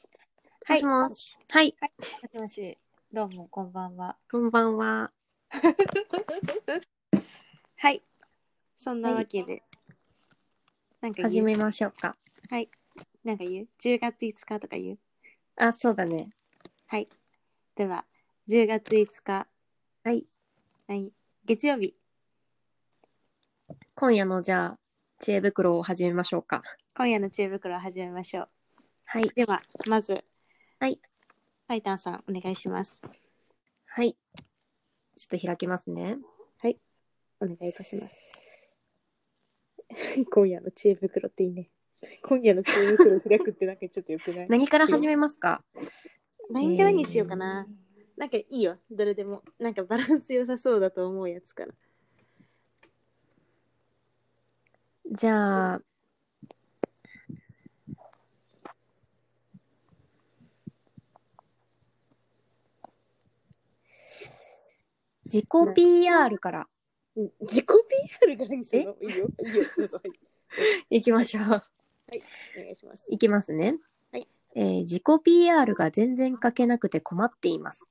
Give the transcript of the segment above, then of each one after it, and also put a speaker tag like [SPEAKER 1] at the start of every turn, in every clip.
[SPEAKER 1] は
[SPEAKER 2] も
[SPEAKER 1] い
[SPEAKER 2] しもし。はい。
[SPEAKER 1] もしもし、どうも、こんばんは。
[SPEAKER 2] こんばんは。
[SPEAKER 1] はい。そんなわけで。なんか
[SPEAKER 2] 始
[SPEAKER 1] 言う
[SPEAKER 2] めましょうか。
[SPEAKER 1] なんか言う ?10 月5日とか言う
[SPEAKER 2] あ、そうだね。
[SPEAKER 1] はい。では、10月5日、
[SPEAKER 2] はい。
[SPEAKER 1] はい、月曜日、
[SPEAKER 2] 今夜のじゃあ、知恵袋を始めましょうか。
[SPEAKER 1] 今夜の知恵袋を始めましょう。
[SPEAKER 2] はい。
[SPEAKER 1] では、まず、
[SPEAKER 2] はい。
[SPEAKER 1] パイタンさん、お願いします。
[SPEAKER 2] はい。ちょっと開きますね。
[SPEAKER 1] お願いいたします。 今夜の知恵袋っていいね。今夜の知恵袋開くってなんかちょっとよくない
[SPEAKER 2] 何から始めますか
[SPEAKER 1] 何からにしようかな。なんかいいよ、どれでも。なんかバランス良さそうだと思うやつから。
[SPEAKER 2] じゃあ、自己 PR から
[SPEAKER 1] うん自己 PR からにするのいいよ、いいよ、どうぞ。はい
[SPEAKER 2] いきましょう。
[SPEAKER 1] お願いします。
[SPEAKER 2] いきますね。
[SPEAKER 1] はい
[SPEAKER 2] えー自己 PR が全然書けなくて困っています。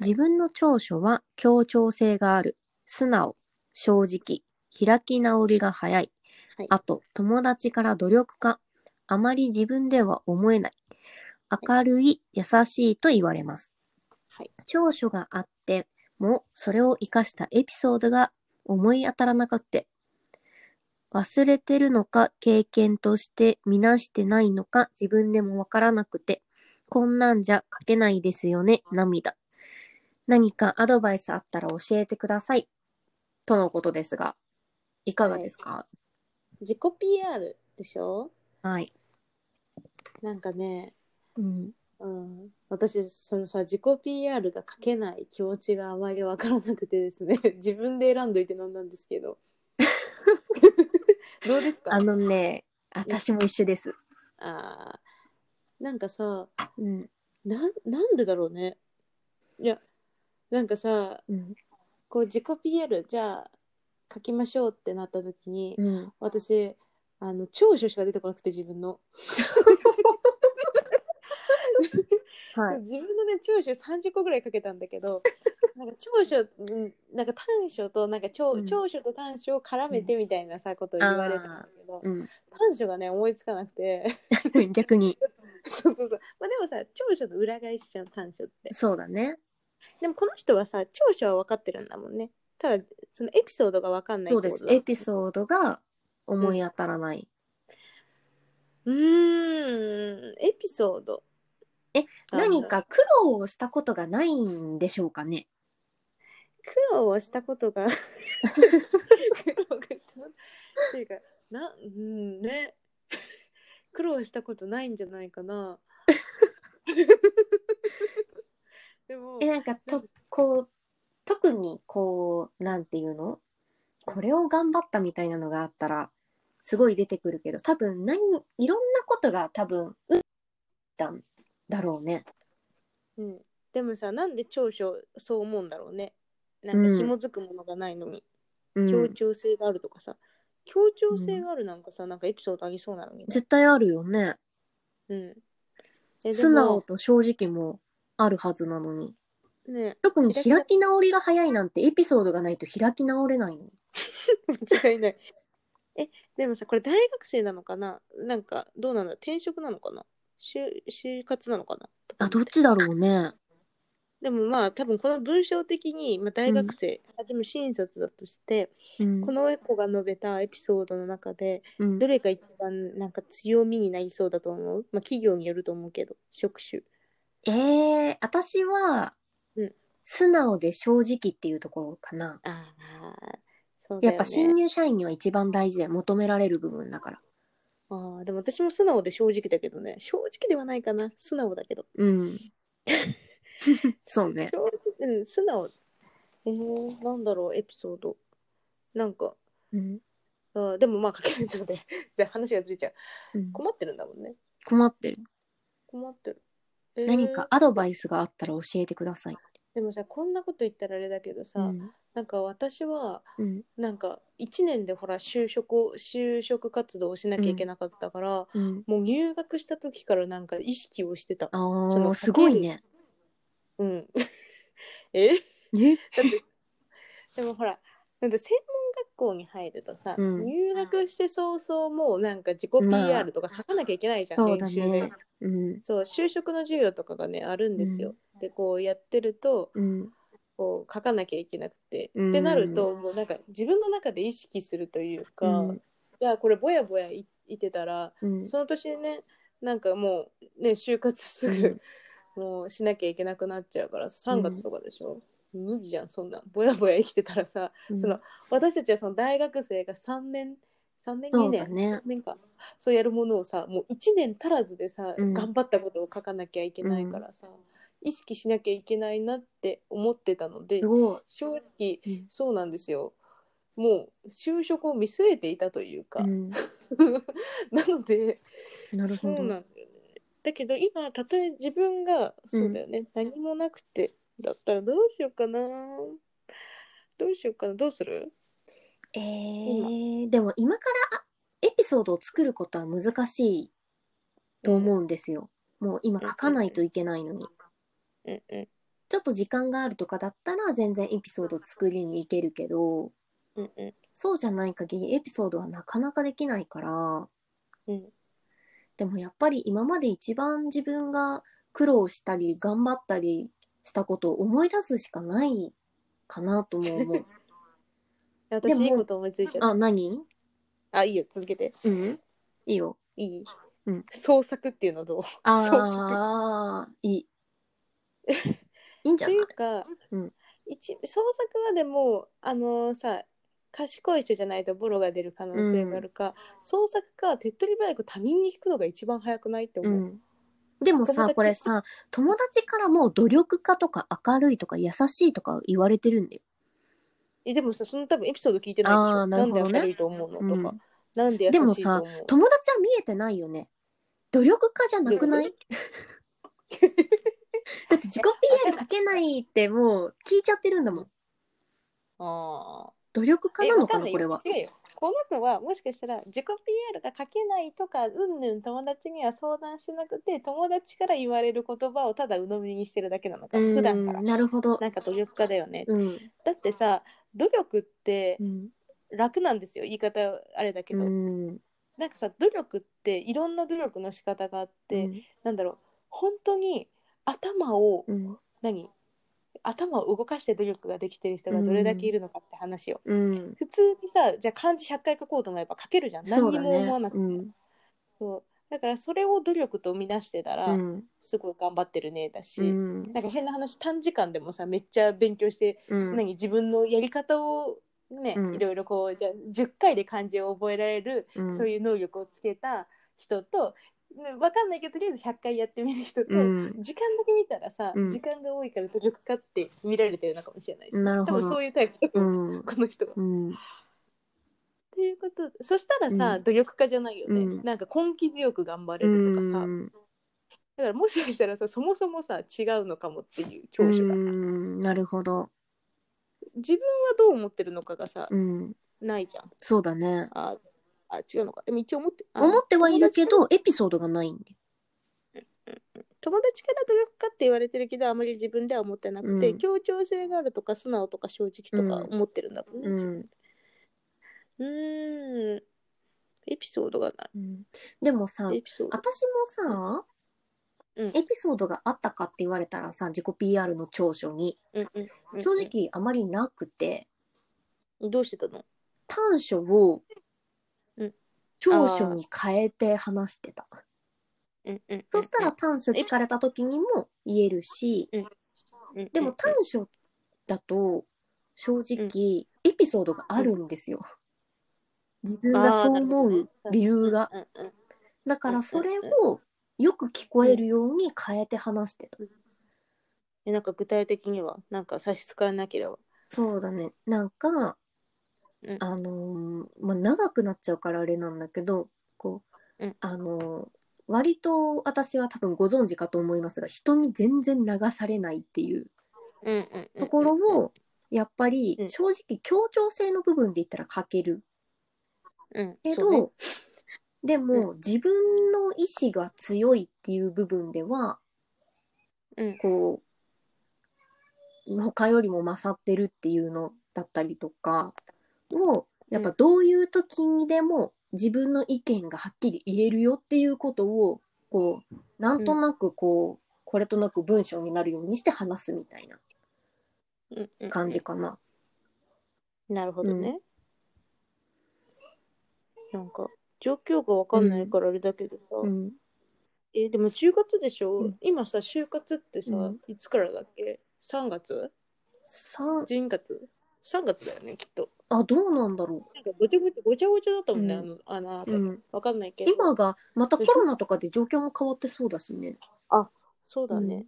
[SPEAKER 2] 自分の長所は協調性がある、素直、正直、開き直りが早い、
[SPEAKER 1] はい
[SPEAKER 2] あと友達から努力家、あまり自分では思えない、明るい、優しいと言われます。
[SPEAKER 1] はい
[SPEAKER 2] 長所があってもそれを生かしたエピソードが思い当たらなくて忘れてるのか経験として見なしてないのか自分でもわからなくてこんなんじゃ書けないですよね涙何かアドバイスあったら教えてくださいとのことですがいかがですか
[SPEAKER 1] 自己 PR でしょ
[SPEAKER 2] はい、
[SPEAKER 1] なんかね、
[SPEAKER 2] うん、
[SPEAKER 1] うん、私、そのさ、自己 PR が書けない気持ちがあまりわからなくてですね、 自分で選んどいてなんなんです けど。どうですか
[SPEAKER 2] あのね私も一緒です、
[SPEAKER 1] あーなんかさ、
[SPEAKER 2] うん
[SPEAKER 1] なんなんでだろうね。いや、なんかさ、
[SPEAKER 2] うん
[SPEAKER 1] こう自己 PR じゃあ書きましょうってなった時に、
[SPEAKER 2] うん、
[SPEAKER 1] 私あの長所しか出てこなくて自分の、
[SPEAKER 2] はい
[SPEAKER 1] 自分のね長所30個ぐらいかけたんだ けどなんか長所うんなんか短所となんか長,、
[SPEAKER 2] うん
[SPEAKER 1] 長所と短所を絡めてみたいなさことを言われたんだけど、
[SPEAKER 2] う
[SPEAKER 1] 短所がね思いつかなくて
[SPEAKER 2] ん、逆に
[SPEAKER 1] そうそうそうまあでもさ長所の裏返しじゃん短所って
[SPEAKER 2] そうだね
[SPEAKER 1] でもこの人はさ長所は分かってるんだもんねただそのエピソードが分かんない
[SPEAKER 2] そ
[SPEAKER 1] っ
[SPEAKER 2] う
[SPEAKER 1] て
[SPEAKER 2] で
[SPEAKER 1] こと
[SPEAKER 2] す
[SPEAKER 1] だ
[SPEAKER 2] エピソードが思い当たらない、
[SPEAKER 1] うーんエピソードうん
[SPEAKER 2] 何か苦労をしたことがないんでしょうかね
[SPEAKER 1] 苦労をしたことが苦労がしたっていうかなうんね苦労したことないんじゃないかなでも
[SPEAKER 2] えなんかとこう特にこうなんていうのこれを頑張ったみたいなのがあったらすごい出てくるけど多分何いろんなことが多分うったんだろうね
[SPEAKER 1] うん、でもさなんで長所そう思うんだろうねなんか
[SPEAKER 2] うん
[SPEAKER 1] 紐づくものがないのに、
[SPEAKER 2] うん
[SPEAKER 1] 協調性があるとかさ協調性があるなんかさ、なんかエピソードありそうなのにね、
[SPEAKER 2] 絶対あるよね
[SPEAKER 1] うんえで
[SPEAKER 2] 素直
[SPEAKER 1] も
[SPEAKER 2] と正直もあるはずなのに
[SPEAKER 1] ね
[SPEAKER 2] 特に開き直りが早いなんてエピソードがないと開き直れないの
[SPEAKER 1] 間違いない。え、でもさ、これ大学生なのかななんか、どうなんだ転職なのかな就就活なのかな
[SPEAKER 2] あどっちだろうね
[SPEAKER 1] でもまあ、多分この文章的に、まあ、大学生、初め新卒だとして、
[SPEAKER 2] うん
[SPEAKER 1] この子が述べたエピソードの中で、
[SPEAKER 2] うん
[SPEAKER 1] どれが一番なんか強みになりそうだと思うまあ、企業によると思うけど、職種。
[SPEAKER 2] えー、私は、
[SPEAKER 1] うん
[SPEAKER 2] 素直で正直っていうところかな。
[SPEAKER 1] ああ、そうだ
[SPEAKER 2] や
[SPEAKER 1] よ、ね。
[SPEAKER 2] っぱ新入社員には一番大事で求められる部分だから。
[SPEAKER 1] ああ、でも私も素直で正直だけどね。正直ではないかな。素直だけど。
[SPEAKER 2] うん。 そうね。
[SPEAKER 1] 正直 うん、素直。えー、なんだろう、エピソード。なんか、
[SPEAKER 2] うん。
[SPEAKER 1] あでもまあ、かけるちょ っと待って話がずれちゃう。
[SPEAKER 2] うん
[SPEAKER 1] 困ってるんだもんね。
[SPEAKER 2] 困ってる。
[SPEAKER 1] 困ってる。えー
[SPEAKER 2] 何かアドバイスがあったら教えてください。
[SPEAKER 1] でもさ、こんなこと言ったらあれだけどさ、
[SPEAKER 2] うん
[SPEAKER 1] なんか私は
[SPEAKER 2] うん。
[SPEAKER 1] なんか1年でほら就職を就職活動をしなきゃいけなかったから、
[SPEAKER 2] うん。
[SPEAKER 1] もう入学した時からなんか意識をしてた。そ
[SPEAKER 2] ああ、
[SPEAKER 1] の
[SPEAKER 2] すごいね。
[SPEAKER 1] うん。 え
[SPEAKER 2] え
[SPEAKER 1] でもほらなんか専門学校に入るとさ、
[SPEAKER 2] うん
[SPEAKER 1] 入学して早々もうなんか自己
[SPEAKER 2] まあ
[SPEAKER 1] PR とか書かなきゃいけないじゃん、
[SPEAKER 2] そうだ
[SPEAKER 1] 練習で
[SPEAKER 2] ね。うん。
[SPEAKER 1] そう就職の授業とかがねあるんですよ、でこうやってると
[SPEAKER 2] うん。
[SPEAKER 1] こう書かなきゃいけなくて、
[SPEAKER 2] うん
[SPEAKER 1] ってなるともうなんか自分の中で意識するというか、
[SPEAKER 2] うん
[SPEAKER 1] じゃあこれぼやぼやいいてたら
[SPEAKER 2] うん。
[SPEAKER 1] その年ねなんかもうね就活すぐ、もうしなきゃいけなくなっちゃうから3月とかでしょ、無理じゃんそんなぼやぼや生きてたらさ
[SPEAKER 2] うん
[SPEAKER 1] その私たちはその大学生が3年3年
[SPEAKER 2] そ
[SPEAKER 1] 2
[SPEAKER 2] う
[SPEAKER 1] 年
[SPEAKER 2] だね
[SPEAKER 1] 3年かそうやるものをさもう1年足らずでさ、
[SPEAKER 2] うん
[SPEAKER 1] 頑張ったことを書かなきゃいけないからさ、意識しなきゃいけないなって思ってたのです
[SPEAKER 2] ごい。
[SPEAKER 1] 正直
[SPEAKER 2] うん
[SPEAKER 1] そうなんですよもう就職を見据えていたというか、
[SPEAKER 2] うん。
[SPEAKER 1] なので
[SPEAKER 2] なる
[SPEAKER 1] そ
[SPEAKER 2] ほ
[SPEAKER 1] う
[SPEAKER 2] ど。
[SPEAKER 1] なんだよねだけど今たとえ自分がそうだよね、何もなくてだったらどうしようかなどうしようかなどうする
[SPEAKER 2] えー、でも今からあエピソードを作ることは難しいと思うんですよ。もう今書かないといけないのに。
[SPEAKER 1] うんうん
[SPEAKER 2] ちょっと時間があるとかだったら全然エピソード作りに行けるけど、
[SPEAKER 1] うんうん
[SPEAKER 2] そうじゃない限りエピソードはなかなかできないから、
[SPEAKER 1] うん
[SPEAKER 2] でもやっぱり今まで一番自分が苦労したり頑張ったりしたことを思い出すしかないかなとも 思う。
[SPEAKER 1] 私
[SPEAKER 2] でも
[SPEAKER 1] いいこと思いついちゃった
[SPEAKER 2] あ、何
[SPEAKER 1] あいいよ続けて
[SPEAKER 2] うんいいよ。
[SPEAKER 1] いい、
[SPEAKER 2] うん
[SPEAKER 1] 創作っていうのどう
[SPEAKER 2] ああ、いい。いいんじゃ
[SPEAKER 1] と
[SPEAKER 2] ないいう
[SPEAKER 1] か、
[SPEAKER 2] うん
[SPEAKER 1] 一創作はでもあのさ賢い人じゃないとボロが出る可能性があるか、創作か手っ取り早く他人に聞くのが一番早くないって
[SPEAKER 2] う
[SPEAKER 1] 思う、
[SPEAKER 2] ん。でも
[SPEAKER 1] 友
[SPEAKER 2] さ、
[SPEAKER 1] 達
[SPEAKER 2] これさ、友達からもう努力家とか明るいとか優しいとか言われてるんだよ。
[SPEAKER 1] えでもさその多分エピソード聞いてないでし
[SPEAKER 2] あー
[SPEAKER 1] ょ
[SPEAKER 2] なるほどね
[SPEAKER 1] んで明るいと思うのと
[SPEAKER 2] うん
[SPEAKER 1] か、なんで優し
[SPEAKER 2] でも
[SPEAKER 1] いと
[SPEAKER 2] さ
[SPEAKER 1] 思う、
[SPEAKER 2] 友達は見えてないよね。努力家じゃなくないだって自己 PR 書けないってもう聞いちゃってるんだもん。
[SPEAKER 1] あ
[SPEAKER 2] 努力
[SPEAKER 1] あ
[SPEAKER 2] 家なのかな、これは。
[SPEAKER 1] こののはもしかしたら自己 PR が書けないとかうんぬん友達には相談しなくて友達から言われる言葉をただ鵜呑みにしてるだけなのか
[SPEAKER 2] うん
[SPEAKER 1] 普段から
[SPEAKER 2] なるほど。
[SPEAKER 1] なんか努力家だよね、
[SPEAKER 2] うん。
[SPEAKER 1] だってさ努力って
[SPEAKER 2] うん。
[SPEAKER 1] 楽なんですよ言い方あれだけ
[SPEAKER 2] う
[SPEAKER 1] ど、
[SPEAKER 2] ん。
[SPEAKER 1] なんかさ努力っていろんな努力の仕方があって、なんだろう本当に頭を
[SPEAKER 2] うん、
[SPEAKER 1] 何頭を動かして努力ができてる人がどれだけいるのかって話を、
[SPEAKER 2] うん。
[SPEAKER 1] 普通にさじゃあ漢字100回書こうと思えば書けるじゃん
[SPEAKER 2] そ
[SPEAKER 1] 何
[SPEAKER 2] う
[SPEAKER 1] に
[SPEAKER 2] だ
[SPEAKER 1] も思わ
[SPEAKER 2] ね
[SPEAKER 1] な。くて
[SPEAKER 2] う。
[SPEAKER 1] そうんだからそれを努力と見出してたら、
[SPEAKER 2] うん。
[SPEAKER 1] すごい頑張ってるねだし、
[SPEAKER 2] うん。
[SPEAKER 1] なんか変な話短時間でもさめっちゃ勉強して、
[SPEAKER 2] うん。
[SPEAKER 1] 何自分のやり方をね、
[SPEAKER 2] うん
[SPEAKER 1] いろいろこうじゃあ10回で漢字を覚えられる、
[SPEAKER 2] うん
[SPEAKER 1] そういう能力をつけた人と、ね、わかんないけどとりあえず100回やってみる人と、
[SPEAKER 2] うん。
[SPEAKER 1] 時間だけ見たらさ、
[SPEAKER 2] うん
[SPEAKER 1] 時間が多いから努力家って見られてるのかもしれないし、
[SPEAKER 2] なる
[SPEAKER 1] 多
[SPEAKER 2] ほ
[SPEAKER 1] 分
[SPEAKER 2] ど
[SPEAKER 1] そ。ういうタイプ、
[SPEAKER 2] うん。
[SPEAKER 1] この人が。
[SPEAKER 2] うん。
[SPEAKER 1] ということでそしたらさ、
[SPEAKER 2] うん
[SPEAKER 1] 努力家じゃないよね、
[SPEAKER 2] うん
[SPEAKER 1] なんか根気強く頑張れ
[SPEAKER 2] う
[SPEAKER 1] るとかさ、
[SPEAKER 2] ん。
[SPEAKER 1] だからもしかしたらさそもそもさ違うのかもっていう
[SPEAKER 2] う
[SPEAKER 1] 長所が、
[SPEAKER 2] ん。なるほど。
[SPEAKER 1] 自分はどう思ってるのかがさ
[SPEAKER 2] うん。
[SPEAKER 1] ないじゃん
[SPEAKER 2] そうだね。
[SPEAKER 1] ああ違うのかでも一応思ってあ
[SPEAKER 2] 思ってはいるけど、
[SPEAKER 1] 友
[SPEAKER 2] エピソードがないんで。
[SPEAKER 1] 達友達から努力家って言われてるけどあまり自分では思ってなくて、
[SPEAKER 2] うん
[SPEAKER 1] 協調性があるとか素直とか正直とか思ってるんだもんね、
[SPEAKER 2] うん。
[SPEAKER 1] うーん。エピソードがな
[SPEAKER 2] うんでもさ
[SPEAKER 1] い。、エピソード。
[SPEAKER 2] 私もさ、
[SPEAKER 1] うん
[SPEAKER 2] エピソードがあったかって言われたらさ、自己 PR の長所に、
[SPEAKER 1] うんうんうん
[SPEAKER 2] 正直あまりなくて、
[SPEAKER 1] うん。どうしてたの
[SPEAKER 2] 短所を
[SPEAKER 1] うん、
[SPEAKER 2] 長所に変えて話してた。
[SPEAKER 1] うんうん。
[SPEAKER 2] そしたら、短所聞かれた時にも言えるし、
[SPEAKER 1] うんうん
[SPEAKER 2] でも短所だと、正直、エピソードがあるんですよ。自分がそう思う理由が。。
[SPEAKER 1] うんうん
[SPEAKER 2] だからそれをよく聞こえるように変えて話してた。
[SPEAKER 1] え、なんか具体的には、なんか差し支えなければ。
[SPEAKER 2] そうだね。なんか、
[SPEAKER 1] うん
[SPEAKER 2] あのーまあ、長くなっちゃうからあれなんだけど、こう、
[SPEAKER 1] うん
[SPEAKER 2] あのー割と私は多分ご存知かと思いますが、人に全然流されないっていう
[SPEAKER 1] うんうんうんうん。
[SPEAKER 2] ところを、やっぱり
[SPEAKER 1] うん
[SPEAKER 2] 正直協調性の部分で言ったら欠ける
[SPEAKER 1] うん
[SPEAKER 2] け
[SPEAKER 1] そ
[SPEAKER 2] ど、
[SPEAKER 1] うね
[SPEAKER 2] でも、
[SPEAKER 1] う
[SPEAKER 2] 自分の意志が強いっていう部分では
[SPEAKER 1] うん
[SPEAKER 2] こう他よりも勝ってるっていうのだったりとかをやっぱどういう時にでも自分の意見がはっきり言えるよっていうことをこうなんとなくこうこれとなく文章になるようにして話すみたいな
[SPEAKER 1] うんうん
[SPEAKER 2] 感じかな。
[SPEAKER 1] なるほどね、なんか状況がわかんないからあれだけどさ、
[SPEAKER 2] うん
[SPEAKER 1] えーでも10月でしょ、
[SPEAKER 2] うん
[SPEAKER 1] 今さ就活ってさ、
[SPEAKER 2] うん
[SPEAKER 1] いつからだっけ3月
[SPEAKER 2] さ
[SPEAKER 1] ?12 月 ?3 月だよねきっと
[SPEAKER 2] あどうなんだろ
[SPEAKER 1] なんかごちゃごちゃごちゃごちゃだったもんね、
[SPEAKER 2] うん
[SPEAKER 1] あのあの
[SPEAKER 2] う、うん、
[SPEAKER 1] わかんないけど
[SPEAKER 2] 今がまたコロナとかで状況も変わってそうだしね。
[SPEAKER 1] そうだね、
[SPEAKER 2] うん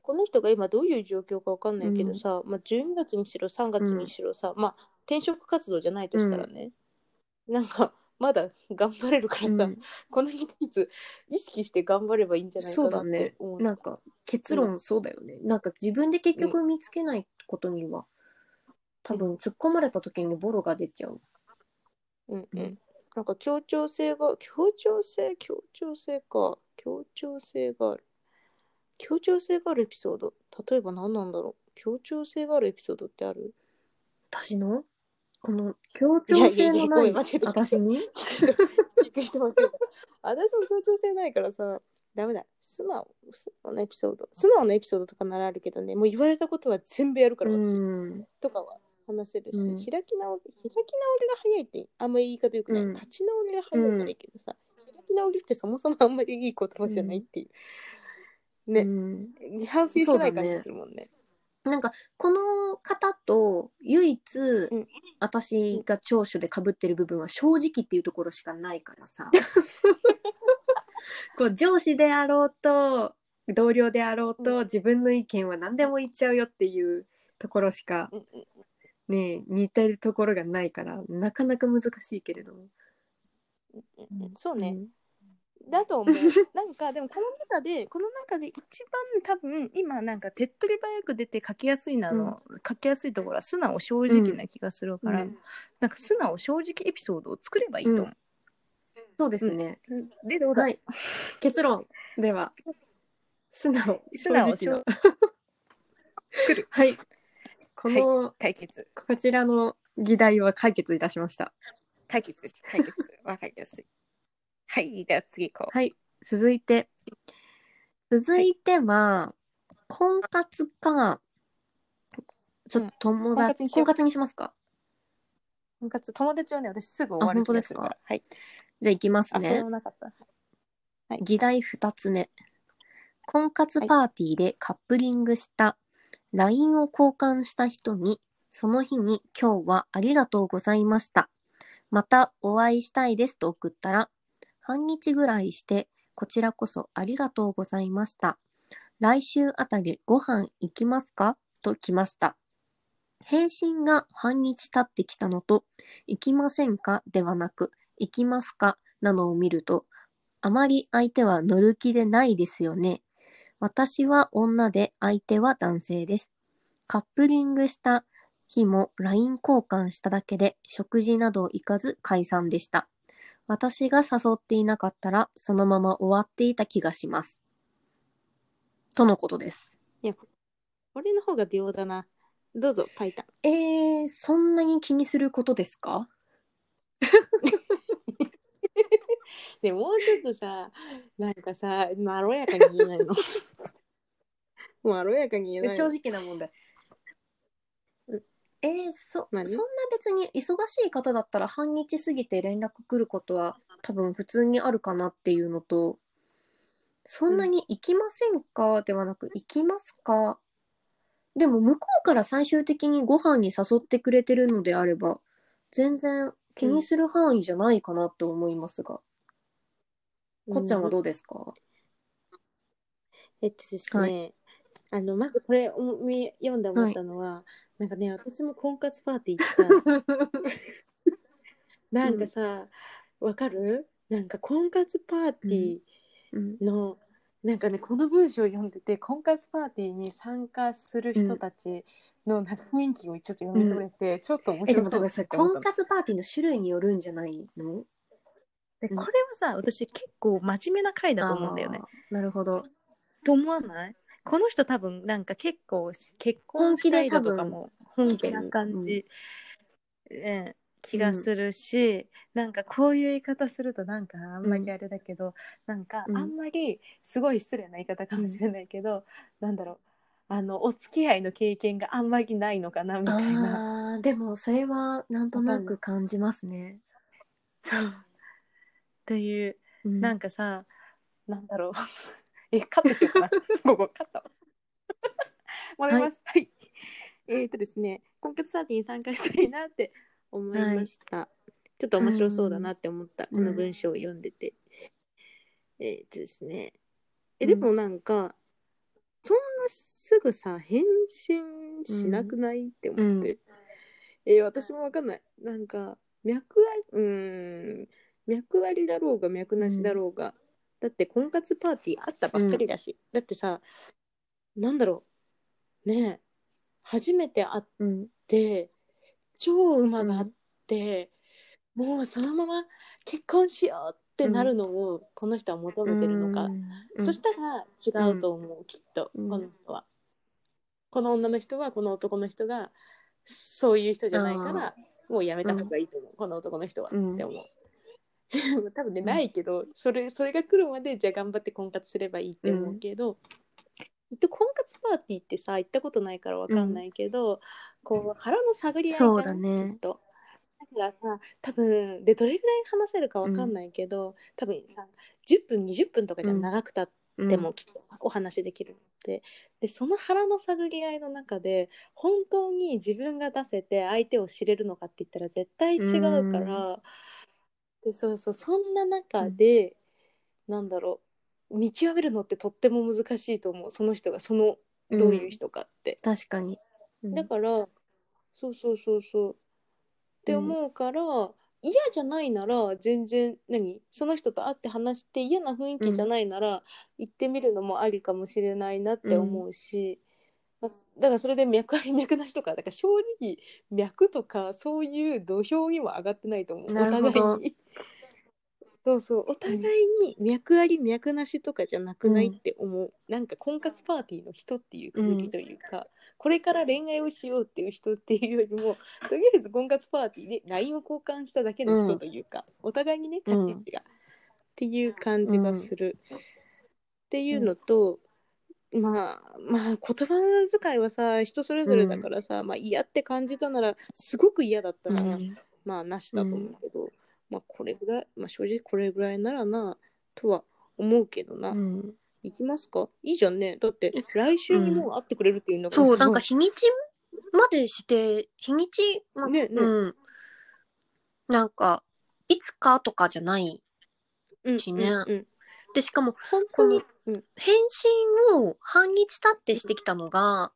[SPEAKER 1] この人が今どういう状況かわかんないけどさ、まあ、12月にしろ3月にしろさ、まあ転職活動じゃないとしたらね、なんかまだ頑張れるからさ、
[SPEAKER 2] うん
[SPEAKER 1] この2ヶ月意識して頑張ればいいんじゃないか
[SPEAKER 2] そう
[SPEAKER 1] な
[SPEAKER 2] だ
[SPEAKER 1] っ
[SPEAKER 2] ね
[SPEAKER 1] て思う
[SPEAKER 2] なんか結論そうだよね、なんか自分で結局見つけないことには、多分突っ込まれた時にボロが出ちゃう、
[SPEAKER 1] うん
[SPEAKER 2] う
[SPEAKER 1] うんん、なんか協調性が協調性協調性か協調性がある協調性があるエピソード例えば何なんだろう協調性があるエピソードってある
[SPEAKER 2] 私のこの協調性のない
[SPEAKER 1] やいやいやごめん間違えた
[SPEAKER 2] 私に
[SPEAKER 1] 聞く人もいる私も協調性ないからさダメだ素直素直なエピソード素直なエピソードとかならあるけどねもう言われたことは全部やるから私、
[SPEAKER 2] うん
[SPEAKER 1] とかは話せるし、
[SPEAKER 2] うん
[SPEAKER 1] 開き直り開き直りが早いってあんまり言い方よくない、
[SPEAKER 2] うん
[SPEAKER 1] 立ち直りが早いならいいけどさ、開き直りってそもそもあんまりいい言葉じゃないっていう、
[SPEAKER 2] う
[SPEAKER 1] ね、
[SPEAKER 2] ん
[SPEAKER 1] 反省しない
[SPEAKER 2] そうだ
[SPEAKER 1] 感
[SPEAKER 2] ね
[SPEAKER 1] じするもんね
[SPEAKER 2] なんかこの方と唯一、
[SPEAKER 1] ん
[SPEAKER 2] 私が長所でかぶってる部分は正直っていうところしかないから さこう上司であろうと同僚であろうと、
[SPEAKER 1] うん
[SPEAKER 2] 自分の意見は何でも言っちゃうよっていうところしか
[SPEAKER 1] うんうん
[SPEAKER 2] ね似てるところがないからなかなか難しいけれども。
[SPEAKER 1] うんうんそうね、だと 思うなんかでもこの中でこの中で一番多分今なんか手っ取り早く出て書きやすいなの、書きやすいところは素直正直な気がする
[SPEAKER 2] うん
[SPEAKER 1] から、
[SPEAKER 2] うん
[SPEAKER 1] なんか素直正直エピソードを作ればいいと思う、
[SPEAKER 2] そうですね。
[SPEAKER 1] でどうだ、
[SPEAKER 2] はい。結論では素直
[SPEAKER 1] 素直
[SPEAKER 2] 正直な
[SPEAKER 1] 作る
[SPEAKER 2] はい。この、
[SPEAKER 1] 解決
[SPEAKER 2] こちらの議題は解決いたしました。
[SPEAKER 1] 解決です。解 決。わかりやすい。はい。では次行こ
[SPEAKER 2] はい、続いて。続いては、婚活か、ちょっと友
[SPEAKER 1] 婚活
[SPEAKER 2] 達、
[SPEAKER 1] にしよ
[SPEAKER 2] 婚
[SPEAKER 1] う
[SPEAKER 2] 活にしますか
[SPEAKER 1] う。婚活、友達はね、私すぐ終わる
[SPEAKER 2] あ
[SPEAKER 1] 気がするから。はい。
[SPEAKER 2] じゃあいきます
[SPEAKER 1] あ、それ
[SPEAKER 2] ね
[SPEAKER 1] も。なかった。はい
[SPEAKER 2] 議題2つ目。婚活パーティーでカップリングした LINE を交換した人に、その日に今日はありがとうございました。またお会いしたいですと送ったら、半日ぐらいして、こちらこそありがとうございました。来週あたりご飯行きますかと来ました。返信が半日経ってきたのと、行きませんかではなく、行きますかなのを見ると、あまり相手は乗る気でないですよね。私は女で相手は男性です。カップリングした日も LINE 交換しただけで食事など行かず解散でした。私が誘っていなかったらそのまま終わっていた気がします。とのことです。
[SPEAKER 1] これの方が秒だな。どうぞ、パイタン。
[SPEAKER 2] えー、そんなに気にすることですか
[SPEAKER 1] ね、もうちょっとさ、なんかさ、 まろやかに言えないの。まろやかに言えないの。
[SPEAKER 2] 直な問題。えー、そ、
[SPEAKER 1] まあね
[SPEAKER 2] そんな別に忙しい方だったら半日過ぎて連絡来ることは多分普通にあるかなっていうのと、そんなに行きませんかではなく行きますかでも向こうから最終的にご飯に誘ってくれてるのであれば、全然気にする範囲じゃないかなと思いますが、こっちゃんはどうです か
[SPEAKER 1] えっとですね、あのまずこれおみ読んで思ったのは、なんかね私も婚活パーティー 行ったなんかさわ、かるなんか婚活パーティ
[SPEAKER 2] うん
[SPEAKER 1] ーの、なんかねこの文章を読んでて婚活パーティーに参加する人たち、のなんか雰囲気を一応読み取れて、ちょっと面
[SPEAKER 2] え、で
[SPEAKER 1] 白
[SPEAKER 2] も多
[SPEAKER 1] そう
[SPEAKER 2] 分
[SPEAKER 1] だ
[SPEAKER 2] さ、
[SPEAKER 1] な
[SPEAKER 2] 婚
[SPEAKER 1] で
[SPEAKER 2] 活パーティーの種類によるんじゃないの
[SPEAKER 1] これはさ私結構真面目な回だと思うんだよね
[SPEAKER 2] あ。ーなるほど。
[SPEAKER 1] と思わないこの人多分なんか結構し結婚
[SPEAKER 2] 本気
[SPEAKER 1] し
[SPEAKER 2] で
[SPEAKER 1] たいだとかも本気な感じ、うん気がするし、なんかこういう言い方するとなんかあんまりあれだけど、なんか
[SPEAKER 2] うん
[SPEAKER 1] あんまりすごい失礼な言い方かもしれないけど、なんだろうあのお付き合いの経験があんまりないのかなみたいな。
[SPEAKER 2] ああー、でもそれはなんとなく感じますね。
[SPEAKER 1] そうという
[SPEAKER 2] うん
[SPEAKER 1] なんかさ、なんだろう。 え、カットしようか な。ここ、カッ ト。もらいます。はい。えっ、とですね、婚活パーティーに参加したいなって思いました。ちょっと面白そうだなって思った、
[SPEAKER 2] うん
[SPEAKER 1] この文章を読んでて。えっ、とですね。え、でもなんか、そんなすぐさ、返信しなくない、って思って。えー私もわかんない。なんか、脈あり、うーん、脈ありだろうが脈なしだろうが、だって婚活パーティーあったばっかりだし、だってさなんだろうねえ初めて会っ
[SPEAKER 2] うん、
[SPEAKER 1] て超馬があって、もうそのまま結婚しようってなるのをこの人は求めてるのか、
[SPEAKER 2] うん
[SPEAKER 1] そしたら違うと思う、きっと
[SPEAKER 2] うん
[SPEAKER 1] この人は、この女の人はこの男の人がそういう人じゃないからもうやめた方がいいと思う、この男の人は、
[SPEAKER 2] うん
[SPEAKER 1] って思う 多分ね
[SPEAKER 2] うん
[SPEAKER 1] ないけど、それそれが来るまでじゃあ頑張って婚活すればいいって思うけど、きっと婚活パーティーってさ行ったことないからわかんないけど、こう腹の探り合いじゃん
[SPEAKER 2] そうだね
[SPEAKER 1] きっとだからさ多分でどれぐらい話せるかわかんないけど、多分さ10分20分とかじゃ
[SPEAKER 2] うん
[SPEAKER 1] 長くたっ
[SPEAKER 2] うん
[SPEAKER 1] でもきっとお話できるのででその腹の探り合いの中で本当に自分が出せて相手を知れるのかって言ったら絶対違うからでそうそうそんな中で、なんだろう見極めるのってとっても難しいと思うその人がそのどういう人かって。
[SPEAKER 2] 確かに。うん
[SPEAKER 1] だからそうそうそうそうって思うから、嫌じゃないなら全然何その人と会って話して嫌な雰囲気じゃないなら、行ってみるのもありかもしれないなって思うし、まあだからそれで脈あり脈なしとかだから正直脈とかそういう土俵にも上がってないと思う
[SPEAKER 2] なるほど
[SPEAKER 1] お互いに。そうそうお互いに脈あり脈なしとかじゃなくないって思う、なんか婚活パーティーの人っていうふりというか、これから恋愛をしようっていう人っていうよりもとりあえず婚活パーティーで LINE を交換しただけの人というか、お互いにね
[SPEAKER 2] うん
[SPEAKER 1] 駆け引きが、っていう感じがする、っていうのと、まあまあ言葉遣いはさ人それぞれだからさ、まあ嫌って感じたならすごく嫌だったら、
[SPEAKER 2] うん
[SPEAKER 1] まあなしだと思うけど、まあこれぐらい、まあ、正直これぐらいならなとは思うけどな、
[SPEAKER 2] うん
[SPEAKER 1] 行きますかいいじゃんねだって来週にもう会ってくれるっていうんだから
[SPEAKER 2] そう、
[SPEAKER 1] すごい
[SPEAKER 2] なんか日にちまでして、日にち、ま
[SPEAKER 1] ねね
[SPEAKER 2] うん。なんか、いつかとかじゃない。
[SPEAKER 1] うん
[SPEAKER 2] しね
[SPEAKER 1] うんうん
[SPEAKER 2] で、しかも、
[SPEAKER 1] 本当に、うん、
[SPEAKER 2] 返信を半日経ってしてきたのが、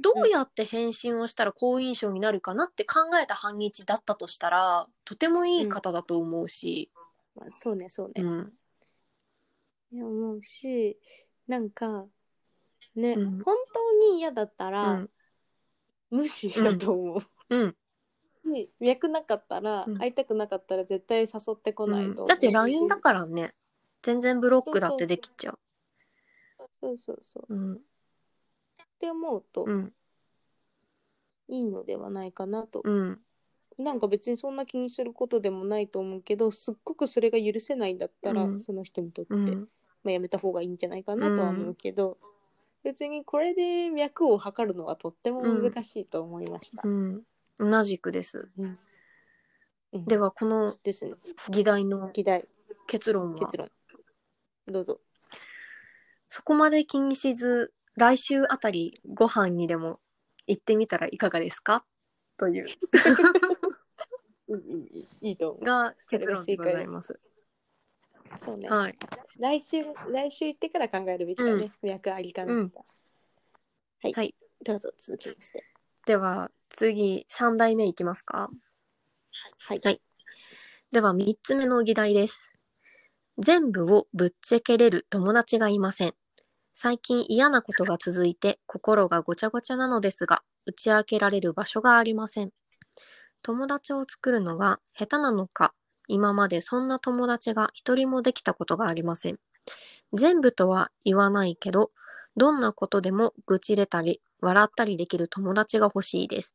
[SPEAKER 2] どうやって返信をしたら好印象になるかなって考えた半日だったとしたら、とてもいい方だと思うし、
[SPEAKER 1] まあ、そうねそ
[SPEAKER 2] う
[SPEAKER 1] うね、
[SPEAKER 2] ん。
[SPEAKER 1] いや思うしなんかね、
[SPEAKER 2] うん
[SPEAKER 1] 本当に嫌だった
[SPEAKER 2] う
[SPEAKER 1] ら、
[SPEAKER 2] ん。
[SPEAKER 1] 無視だと思う、
[SPEAKER 2] うん。
[SPEAKER 1] し脈なかったら、
[SPEAKER 2] うん
[SPEAKER 1] 会いたくなかったら絶対誘ってこないと思うし、
[SPEAKER 2] だって LINE だからね、全然ブロックだってできちゃう。
[SPEAKER 1] そうそうそう
[SPEAKER 2] うん。
[SPEAKER 1] って思うと
[SPEAKER 2] うん。
[SPEAKER 1] いいのではないかなと、
[SPEAKER 2] うん。
[SPEAKER 1] なんか別にそんな気にすることでもないと思うけどすっごくそれが許せないんだったら、
[SPEAKER 2] うん
[SPEAKER 1] その人にとって、
[SPEAKER 2] うん。
[SPEAKER 1] まあ、やめた方がいいんじゃないかなとは思うけど、別にこれで脈を測るのはとっても難しいと思いました。
[SPEAKER 2] うん。同じくです。
[SPEAKER 1] うんうん
[SPEAKER 2] では、この
[SPEAKER 1] ですね。
[SPEAKER 2] 議題の
[SPEAKER 1] 議題
[SPEAKER 2] 結論は
[SPEAKER 1] 結、論。どうぞ。
[SPEAKER 2] そこまで気にせず、来週あたりご飯にでも行ってみたらいかがですかという、
[SPEAKER 1] いいいいいいと思う。
[SPEAKER 2] が結論でございます。
[SPEAKER 1] そうね。
[SPEAKER 2] はい。
[SPEAKER 1] 来週来週行ってから考えるべきだね。脈ありかなきかはい。
[SPEAKER 2] はい
[SPEAKER 1] どうぞ続きまして。
[SPEAKER 2] では、次、3題目いきますか。
[SPEAKER 1] はい。
[SPEAKER 2] はいでは、3つ目の議題です。全部をぶっちゃけれる友達がいません。最近嫌なことが続いて心がごちゃごちゃなのですが、打ち明けられる場所がありません。友達を作るのが下手なのか、今までそんな友達が一人もできたことがありません。全部とは言わないけど、どんなことでも愚痴れたり、笑ったりできる友達が欲しいです。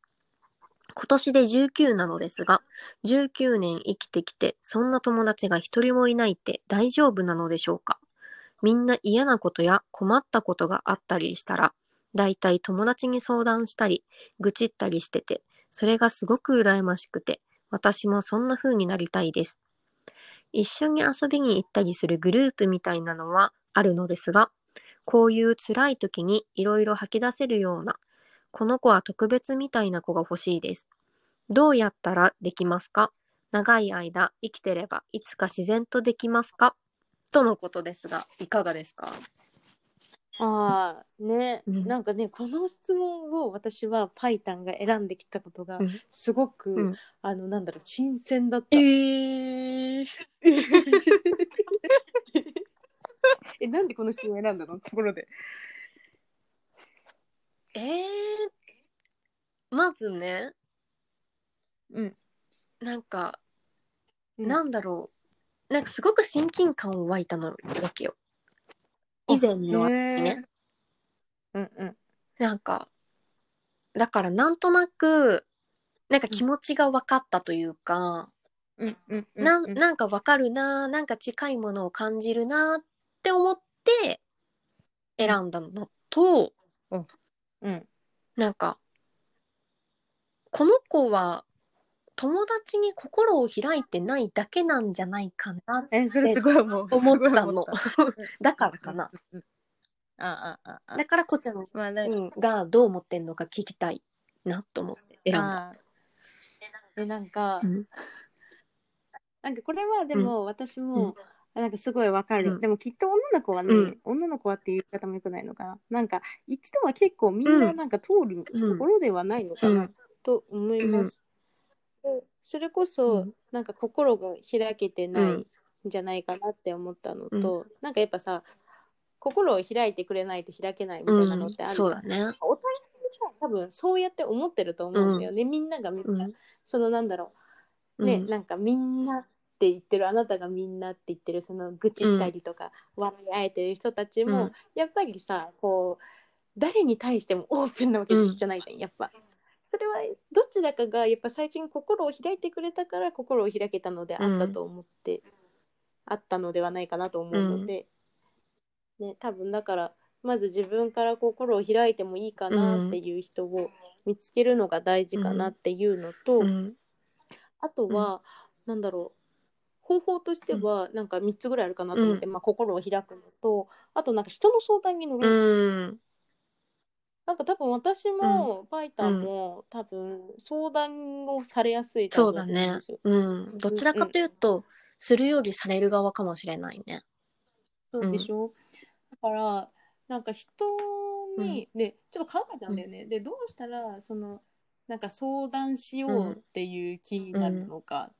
[SPEAKER 2] 今年で19なのですが、19年生きてきて、そんな友達が一人もいないって大丈夫なのでしょうかみんな嫌なことや困ったことがあったりしたら、だいたい友達に相談したり、愚痴ったりしてて、それがすごく羨ましくて、私もそんな風になりたいです。一緒に遊びに行ったりするグループみたいなのはあるのですが、こういう辛い時にいろいろ吐き出せるような、この子は特別みたいな子が欲しいです。どうやったらできますか長い間生きてればいつか自然とできますかとのことですが、いかがですか
[SPEAKER 1] ああね、
[SPEAKER 2] うん
[SPEAKER 1] なんかねこの質問を私はパイタンが選んできたことが
[SPEAKER 2] うん
[SPEAKER 1] すごく、
[SPEAKER 2] うん
[SPEAKER 1] あのなんだろう新鮮だった。
[SPEAKER 2] えー、
[SPEAKER 1] えなんでこの質問選んだのところで。
[SPEAKER 2] えー、まずね、
[SPEAKER 1] うん。
[SPEAKER 2] なんか、
[SPEAKER 1] な
[SPEAKER 2] なんんだろう、なんかすごく親近感を湧いたのわけよ。以前のあれにね。
[SPEAKER 1] うんうん。
[SPEAKER 2] なんか、だからなんとなく、なんか気持ちが分かったというか、
[SPEAKER 1] うんうんうん。
[SPEAKER 2] なんなんか分かるな、なんか近いものを感じるなって思って選んだのと、
[SPEAKER 1] うん。
[SPEAKER 2] なんか、この子は友達に心を開いてないだけなんじゃないかな。
[SPEAKER 1] えそれすごい思う。
[SPEAKER 2] 思ったの
[SPEAKER 1] すごい思っ
[SPEAKER 2] だからかな。
[SPEAKER 1] うん。ああああ。
[SPEAKER 2] だからこっちゃん
[SPEAKER 1] まあなんか
[SPEAKER 2] がどう思ってんのか聞きたいなと思って選んだ。
[SPEAKER 1] あーでなんか、
[SPEAKER 2] うん
[SPEAKER 1] なんかこれはでも私も、なんかすごいわかる、
[SPEAKER 2] うん
[SPEAKER 1] でもきっと女の子はね、
[SPEAKER 2] うん
[SPEAKER 1] 女の子はっていう言い方もよくないのかななんか一度は結構みんななんか通るところではないのか
[SPEAKER 2] うんう
[SPEAKER 1] なんと思います、でそれこそ、
[SPEAKER 2] うん
[SPEAKER 1] なんか心が開けてない
[SPEAKER 2] うん
[SPEAKER 1] んじゃないかなって思ったのと、なんかやっぱさ心を開いてくれないと開けないみたいなのってあるじゃ
[SPEAKER 2] そ
[SPEAKER 1] ん
[SPEAKER 2] うだね。
[SPEAKER 1] お互いにさ多分そうやって思ってると思うんだよね、みんながみんな、そのなんだろうね、なんかみんなって言ってるあなたがみんなって言ってるその愚痴ったりとか、笑い合えてる人たちも、
[SPEAKER 2] うん
[SPEAKER 1] やっぱりさこう誰に対してもオープンなわけじゃないじゃん、やっぱ。それはどちらかがやっぱ最初に心を開いてくれたから心を開けたのであったと思って、あったのではないかなと思うので、ね、多分だからまず自分から心を開いてもいいかなっていう人を見つけるのが大事かなっていうのと、
[SPEAKER 2] うん
[SPEAKER 1] あとは、なんだろう方法としてはなんか3つぐらいあるかなと思って、まあ、心を開くのとあとなんか人の相談に乗
[SPEAKER 2] う
[SPEAKER 1] る、
[SPEAKER 2] ん
[SPEAKER 1] なんか多分私もパイタンも多分相談をされやすいタイ
[SPEAKER 2] そう
[SPEAKER 1] プ
[SPEAKER 2] だ
[SPEAKER 1] と思
[SPEAKER 2] ね
[SPEAKER 1] んですよ。
[SPEAKER 2] うんどちらかというとするよりされる側かもしれないね
[SPEAKER 1] そうでしょ、だからなんか人に、でちょっと考えたんだよね、でどうしたらそのなんか相談しようっていう気になるのかっ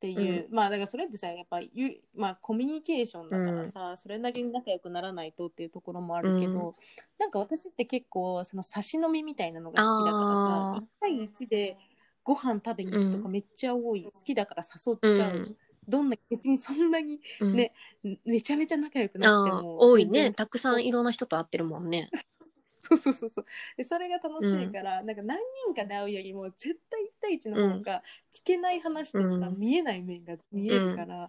[SPEAKER 1] ていう、まあだからそれってさやっぱゆ、まあ、コミュニケーションだからさ、それだけに仲良くならないとっていうところもあるけど、
[SPEAKER 2] う
[SPEAKER 1] なんか私って結構その差し飲みみたいなのが好きだからさ
[SPEAKER 2] あー
[SPEAKER 1] 1対1でご飯食べに行くとかめっちゃ多い、好きだから誘っちゃう、どんな別にそんなに
[SPEAKER 2] うん
[SPEAKER 1] ねめちゃめちゃ仲良くなくて
[SPEAKER 2] ああ
[SPEAKER 1] も
[SPEAKER 2] 多い
[SPEAKER 1] 全
[SPEAKER 2] ね
[SPEAKER 1] 然
[SPEAKER 2] たくさんいろんな人と会ってるもんね
[SPEAKER 1] そうそうそうそうでそれが楽しいから、なんか何人かで会うよりも絶対1対1の方が聞けない話とか、
[SPEAKER 2] うん
[SPEAKER 1] 見えない面が見えるから、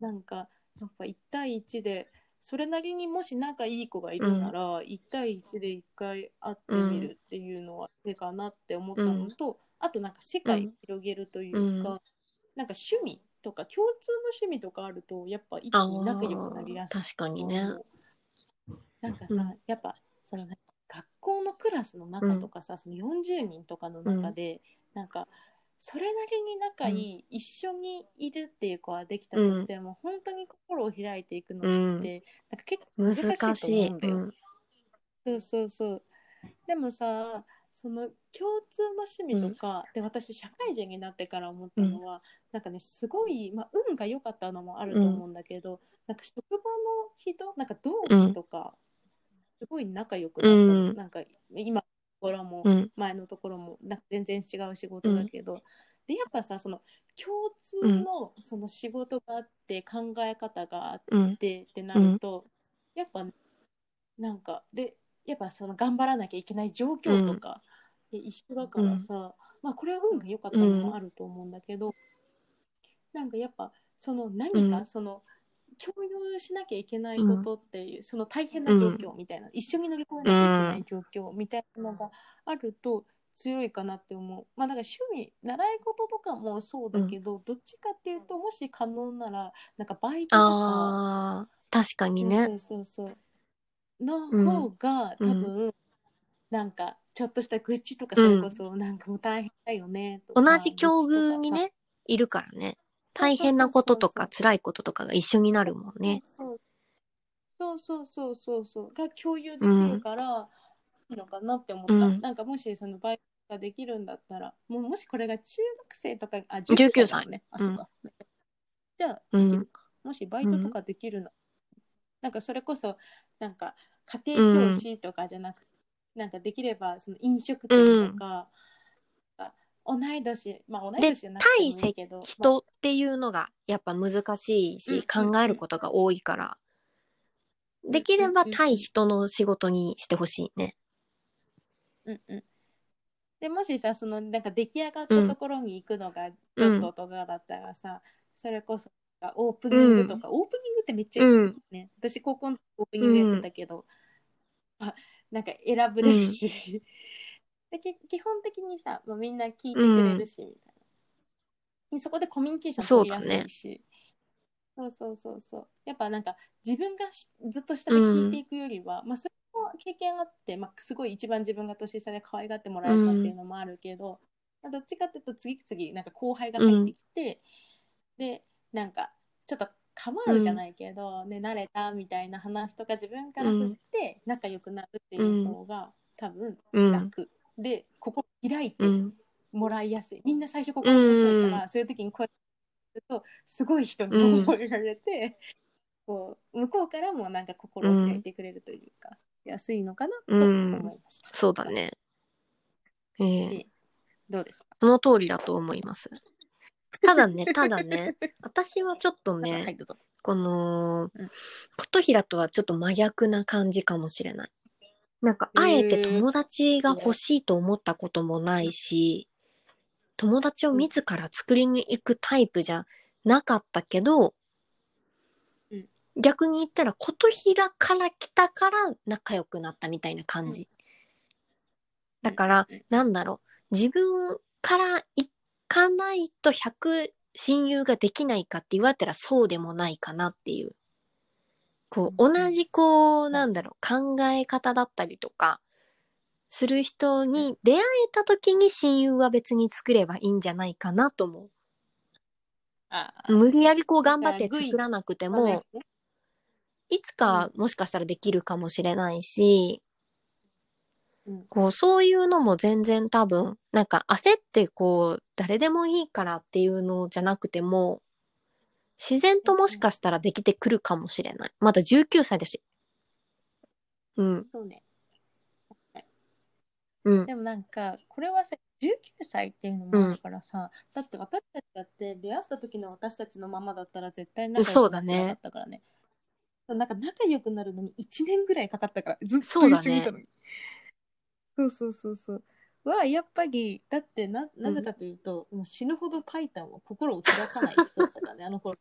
[SPEAKER 1] なんかやっぱ1対1でそれなりにもし仲いい子がいるなら、1対1で1回会ってみるっていうのは手かなって思ったのと、あとなんか世界広げるというか、
[SPEAKER 2] う
[SPEAKER 1] なんか趣味とか共通の趣味とかあるとやっぱ一気
[SPEAKER 2] あ
[SPEAKER 1] に仲良くなりや
[SPEAKER 2] あ
[SPEAKER 1] すい。
[SPEAKER 2] 確かにね
[SPEAKER 1] なんかさ、
[SPEAKER 2] うん
[SPEAKER 1] やっぱその学校のクラスの中とかさ、その40人とかの中で、なんかそれなりに仲いい、一緒にいるっていう子はできたとしても、本当に心を開いていくのって、
[SPEAKER 2] うん
[SPEAKER 1] なんか結構難し
[SPEAKER 2] 難
[SPEAKER 1] いと
[SPEAKER 2] しい
[SPEAKER 1] 思うんだよ。そうそうそうでもさその共通の趣味とか、で私社会人になってから思ったのは、なんかねすごい、まあ、運が良かったのもあると思うんだけど、なんか職場の人なんか同期とか、すごい仲良くなった、
[SPEAKER 2] うん
[SPEAKER 1] なんか今のところも
[SPEAKER 2] うん
[SPEAKER 1] 前のところもなんか全然違う仕事だけど、でやっぱさその共通のその仕事があって考え方があっ
[SPEAKER 2] うん
[SPEAKER 1] てってなると、やっぱなんかでやっぱその頑張らなきゃいけない状況とか、一緒だからさ、まあこれは運が良かったのもあると思うんだけど、なんかやっぱその何
[SPEAKER 2] う
[SPEAKER 1] か
[SPEAKER 2] ん
[SPEAKER 1] その共有しなきゃいけないことっていう、その大変な状況みたいな、一緒に乗り越えなきゃいけない状況みたいなのがあると強いかなって思う。まあなんか趣味習い事とかもそうだけど、どっちかっていうともし可能ならなんかバイトとか
[SPEAKER 2] あー、確かに
[SPEAKER 1] そ
[SPEAKER 2] ね。
[SPEAKER 1] うそうそうそうの
[SPEAKER 2] うん
[SPEAKER 1] 方が、
[SPEAKER 2] うん
[SPEAKER 1] 多分なんかちょっとした愚痴とかそれこそなんかもう大変だよねとか、
[SPEAKER 2] 同じ境遇にね、いるからね。大変なこととか辛いこととかが一緒になるもんね。
[SPEAKER 1] そうそうそうそうそうそうが共有できるから、いいのかなって思った、
[SPEAKER 2] うん
[SPEAKER 1] なんかもしそのバイトができるんだったらもうもしこれが中学生とかあ
[SPEAKER 2] 19歳
[SPEAKER 1] 19歳だもんねあ
[SPEAKER 2] うん
[SPEAKER 1] そうか、じゃあ
[SPEAKER 2] う
[SPEAKER 1] できる
[SPEAKER 2] ん。
[SPEAKER 1] か、もしバイトとかできるの、なんかそれこそなんか家庭教師とかじゃなくて、なんかできればその飲食店とか、あ同い年まあ同い年じゃなくてもいいけど
[SPEAKER 2] 人っていうのがやっぱ難しいし、
[SPEAKER 1] うん
[SPEAKER 2] 考えることが多いから、
[SPEAKER 1] ん
[SPEAKER 2] できれば
[SPEAKER 1] うん
[SPEAKER 2] 対人の仕事にしてほしいね。
[SPEAKER 1] うんうん、でもしさそのなんか出来上がったところに行くのがちょっととかだったらさ、それこそなんかオープニングとか、オープニングってめっちゃいい
[SPEAKER 2] うん。
[SPEAKER 1] ね私高校の時オープニングやってたけど、あなんか選ぶれるし、 でき基本的にさ、まあ、みんな聞いてくれるし、みたいなそこでコミュニケーション取りやすいしそう,、そうそうそうやっぱなんか自分がしずっと下で聞いていくよりは、まあそれも経験があって、まあ、すごい一番自分が年下で可愛がってもらえたっていうのもあるけど、まあどっちかっていうと次々なんか後輩が入ってきて、でなんかちょっと構うじゃないけど、ね慣れたみたいな話とか自分から振って仲良くなるっていう方が多分
[SPEAKER 2] うん。
[SPEAKER 1] 楽、でここ開いて
[SPEAKER 2] うん。
[SPEAKER 1] もらいやすい、みんな最初ここが面白いから、そういう時に声をかけるとすごい人に思えられて、こう向こうからもなんか心を開いてくれるというか、安いのかなと思いました、
[SPEAKER 2] そうだね。ええ
[SPEAKER 1] どうですか
[SPEAKER 2] その通りだと思います。ただ ね、ただね、私はちょっと
[SPEAKER 1] は
[SPEAKER 2] ね、
[SPEAKER 1] いどうぞ
[SPEAKER 2] この
[SPEAKER 1] うん、
[SPEAKER 2] 琴平とはちょっと真逆な感じかもしれない。なんか、
[SPEAKER 1] へー
[SPEAKER 2] あえて友達が欲しいと思ったこともないし、友達を自ら作りに行くタイプじゃなかったけど
[SPEAKER 1] うん、
[SPEAKER 2] 逆に言ったら琴平から来たから仲良くなったみたいな感じ。だから
[SPEAKER 1] うん、
[SPEAKER 2] なんだろう、自分から行かないと100親友ができないかって言われたらそうでもないかなっていう。こう、
[SPEAKER 1] うん
[SPEAKER 2] 同じこう、なんだろう、考え方だったりとか、する人に出会えた時に親友は別に作ればいいんじゃないかなと思
[SPEAKER 1] あ
[SPEAKER 2] う。無理やりこう頑張って作らなくても、
[SPEAKER 1] う
[SPEAKER 2] いつかもしかしたらできるかもしれないし、
[SPEAKER 1] うん
[SPEAKER 2] こう、そういうのも全然多分、なんか焦ってこう、誰でもいいからっていうのじゃなくても、自然ともしかしたらできてくるかもしれない。まだ19歳だし。うん、
[SPEAKER 1] そうね
[SPEAKER 2] うん、
[SPEAKER 1] でもなんかこれはさ19歳っていうのもあるからさ、だって私たちだって出会った時の私たちのままだったら絶対仲良くなってなかったからねなんか仲良くなるのに1年ぐらいかかったからずっと一緒にいたのにそう,、そうそうそうはやっぱりだってななぜかというと、もう死ぬほどパイタンは心を開かない人だったからねあの頃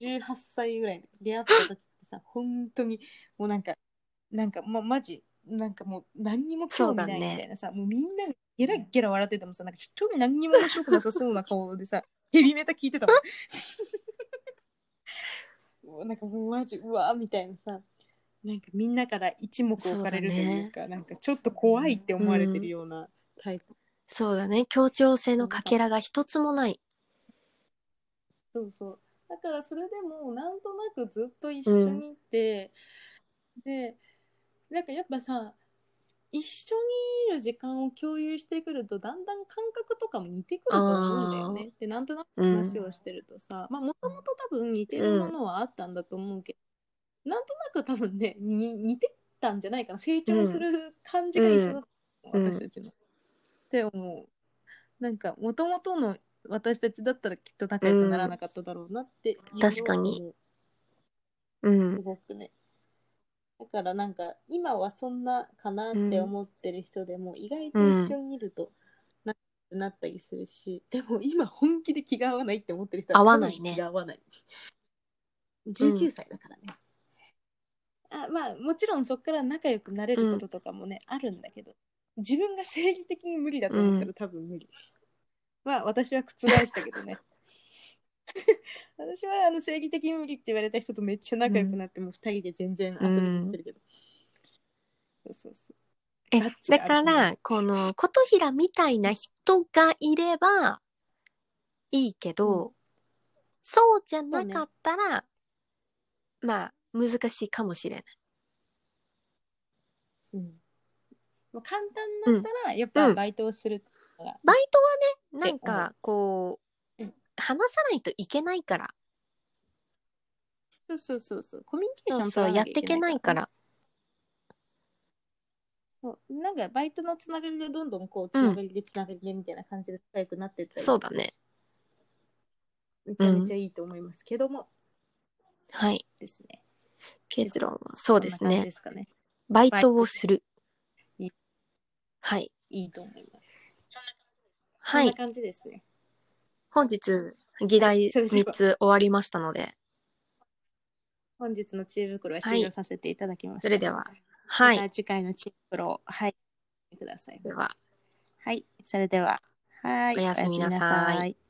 [SPEAKER 1] 18歳ぐらいで出会った時ってさ本当にもうなんかなんかまマジなんかもう何にも興味ないみたいなさ、もうみんなゲラゲラ笑っててもさなんか人に何にも面白くなさそうな顔 でさヘビメタ聞いてたもんもうなんかもうマジうわーみたいなさなんかみんなから一目置かれるというかなんかちょっと怖いって思われてるようなタイプ、
[SPEAKER 2] そうだね。協調性のかけらが一つもない。
[SPEAKER 1] そうそうだからそれでもなんとなくずっと一緒にいて、でなんかやっぱさ一緒にいる時間を共有してくるとだんだん感覚とかも似てくると思うんだよねでなんとなく話をしてるとさ、まあもともと多分似てるものはあったんだと思うけど、なんとなく多分ねに似てたんじゃないかな成長する感じが一緒だった、
[SPEAKER 2] うん
[SPEAKER 1] 私たちの。って思う。なんかもともとの私たちだったらきっと仲良くならなかっただろうなっていうのは
[SPEAKER 2] 確かに
[SPEAKER 1] 思う
[SPEAKER 2] うん
[SPEAKER 1] す。ごくね。だからなんか今はそんなかなって思ってる人でも、意外と一緒にいるとななったりするし、でも今本気で気が合わないって思ってる人は
[SPEAKER 2] 合わないね
[SPEAKER 1] 気が合わない。19歳だからね。あまあもちろんそこから仲良くなれることとかもね、あるんだけど自分が生理的に無理だと思ったら多分無理。まあ私は覆したけどね。私はあの生理的に無理って言われた人とめっちゃ仲良くなって、もう2人で全然遊びに行ってるけど、そうそうそ
[SPEAKER 2] え
[SPEAKER 1] ガッ、ツが
[SPEAKER 2] だ
[SPEAKER 1] ある
[SPEAKER 2] から、この、琴平みたいな人がいれば、いいけど、そうじゃなかったら、まあ、難しいかもしれない。
[SPEAKER 1] う、うんまあ、簡単になったらやっぱバイトをするから、
[SPEAKER 2] バイトはね、なん
[SPEAKER 1] って思
[SPEAKER 2] か、こう
[SPEAKER 1] うん、
[SPEAKER 2] 話さないといけないから、
[SPEAKER 1] そうそうそうそうコミュニケー
[SPEAKER 2] そ
[SPEAKER 1] ショ
[SPEAKER 2] うそう、や
[SPEAKER 1] ン取らな
[SPEAKER 2] っ
[SPEAKER 1] きゃ
[SPEAKER 2] ていけないから。
[SPEAKER 1] そうなんかバイトのつながりでどんどんこうつながりでつながりでみたいな感じで仲良くなってったり
[SPEAKER 2] そうだね
[SPEAKER 1] めちゃめちゃいいと思いますけども、
[SPEAKER 2] はい。
[SPEAKER 1] ですね
[SPEAKER 2] 結論は、そうです
[SPEAKER 1] んな感じ
[SPEAKER 2] ね
[SPEAKER 1] で。すかね
[SPEAKER 2] バイトをする
[SPEAKER 1] いい。
[SPEAKER 2] はい。
[SPEAKER 1] いいと思います
[SPEAKER 2] は。
[SPEAKER 1] こんない感じですね
[SPEAKER 2] 本日、議題
[SPEAKER 1] それで
[SPEAKER 2] 3
[SPEAKER 1] は
[SPEAKER 2] つ終わりましたので、
[SPEAKER 1] 本日の知恵袋は終了させていただきまし
[SPEAKER 2] そ
[SPEAKER 1] た、
[SPEAKER 2] れでは、は
[SPEAKER 1] また
[SPEAKER 2] い。
[SPEAKER 1] 次回のチェックを、はい、ください。
[SPEAKER 2] では、
[SPEAKER 1] はい、それでは、はい、
[SPEAKER 2] おやすみなさい
[SPEAKER 1] おやすみなさい。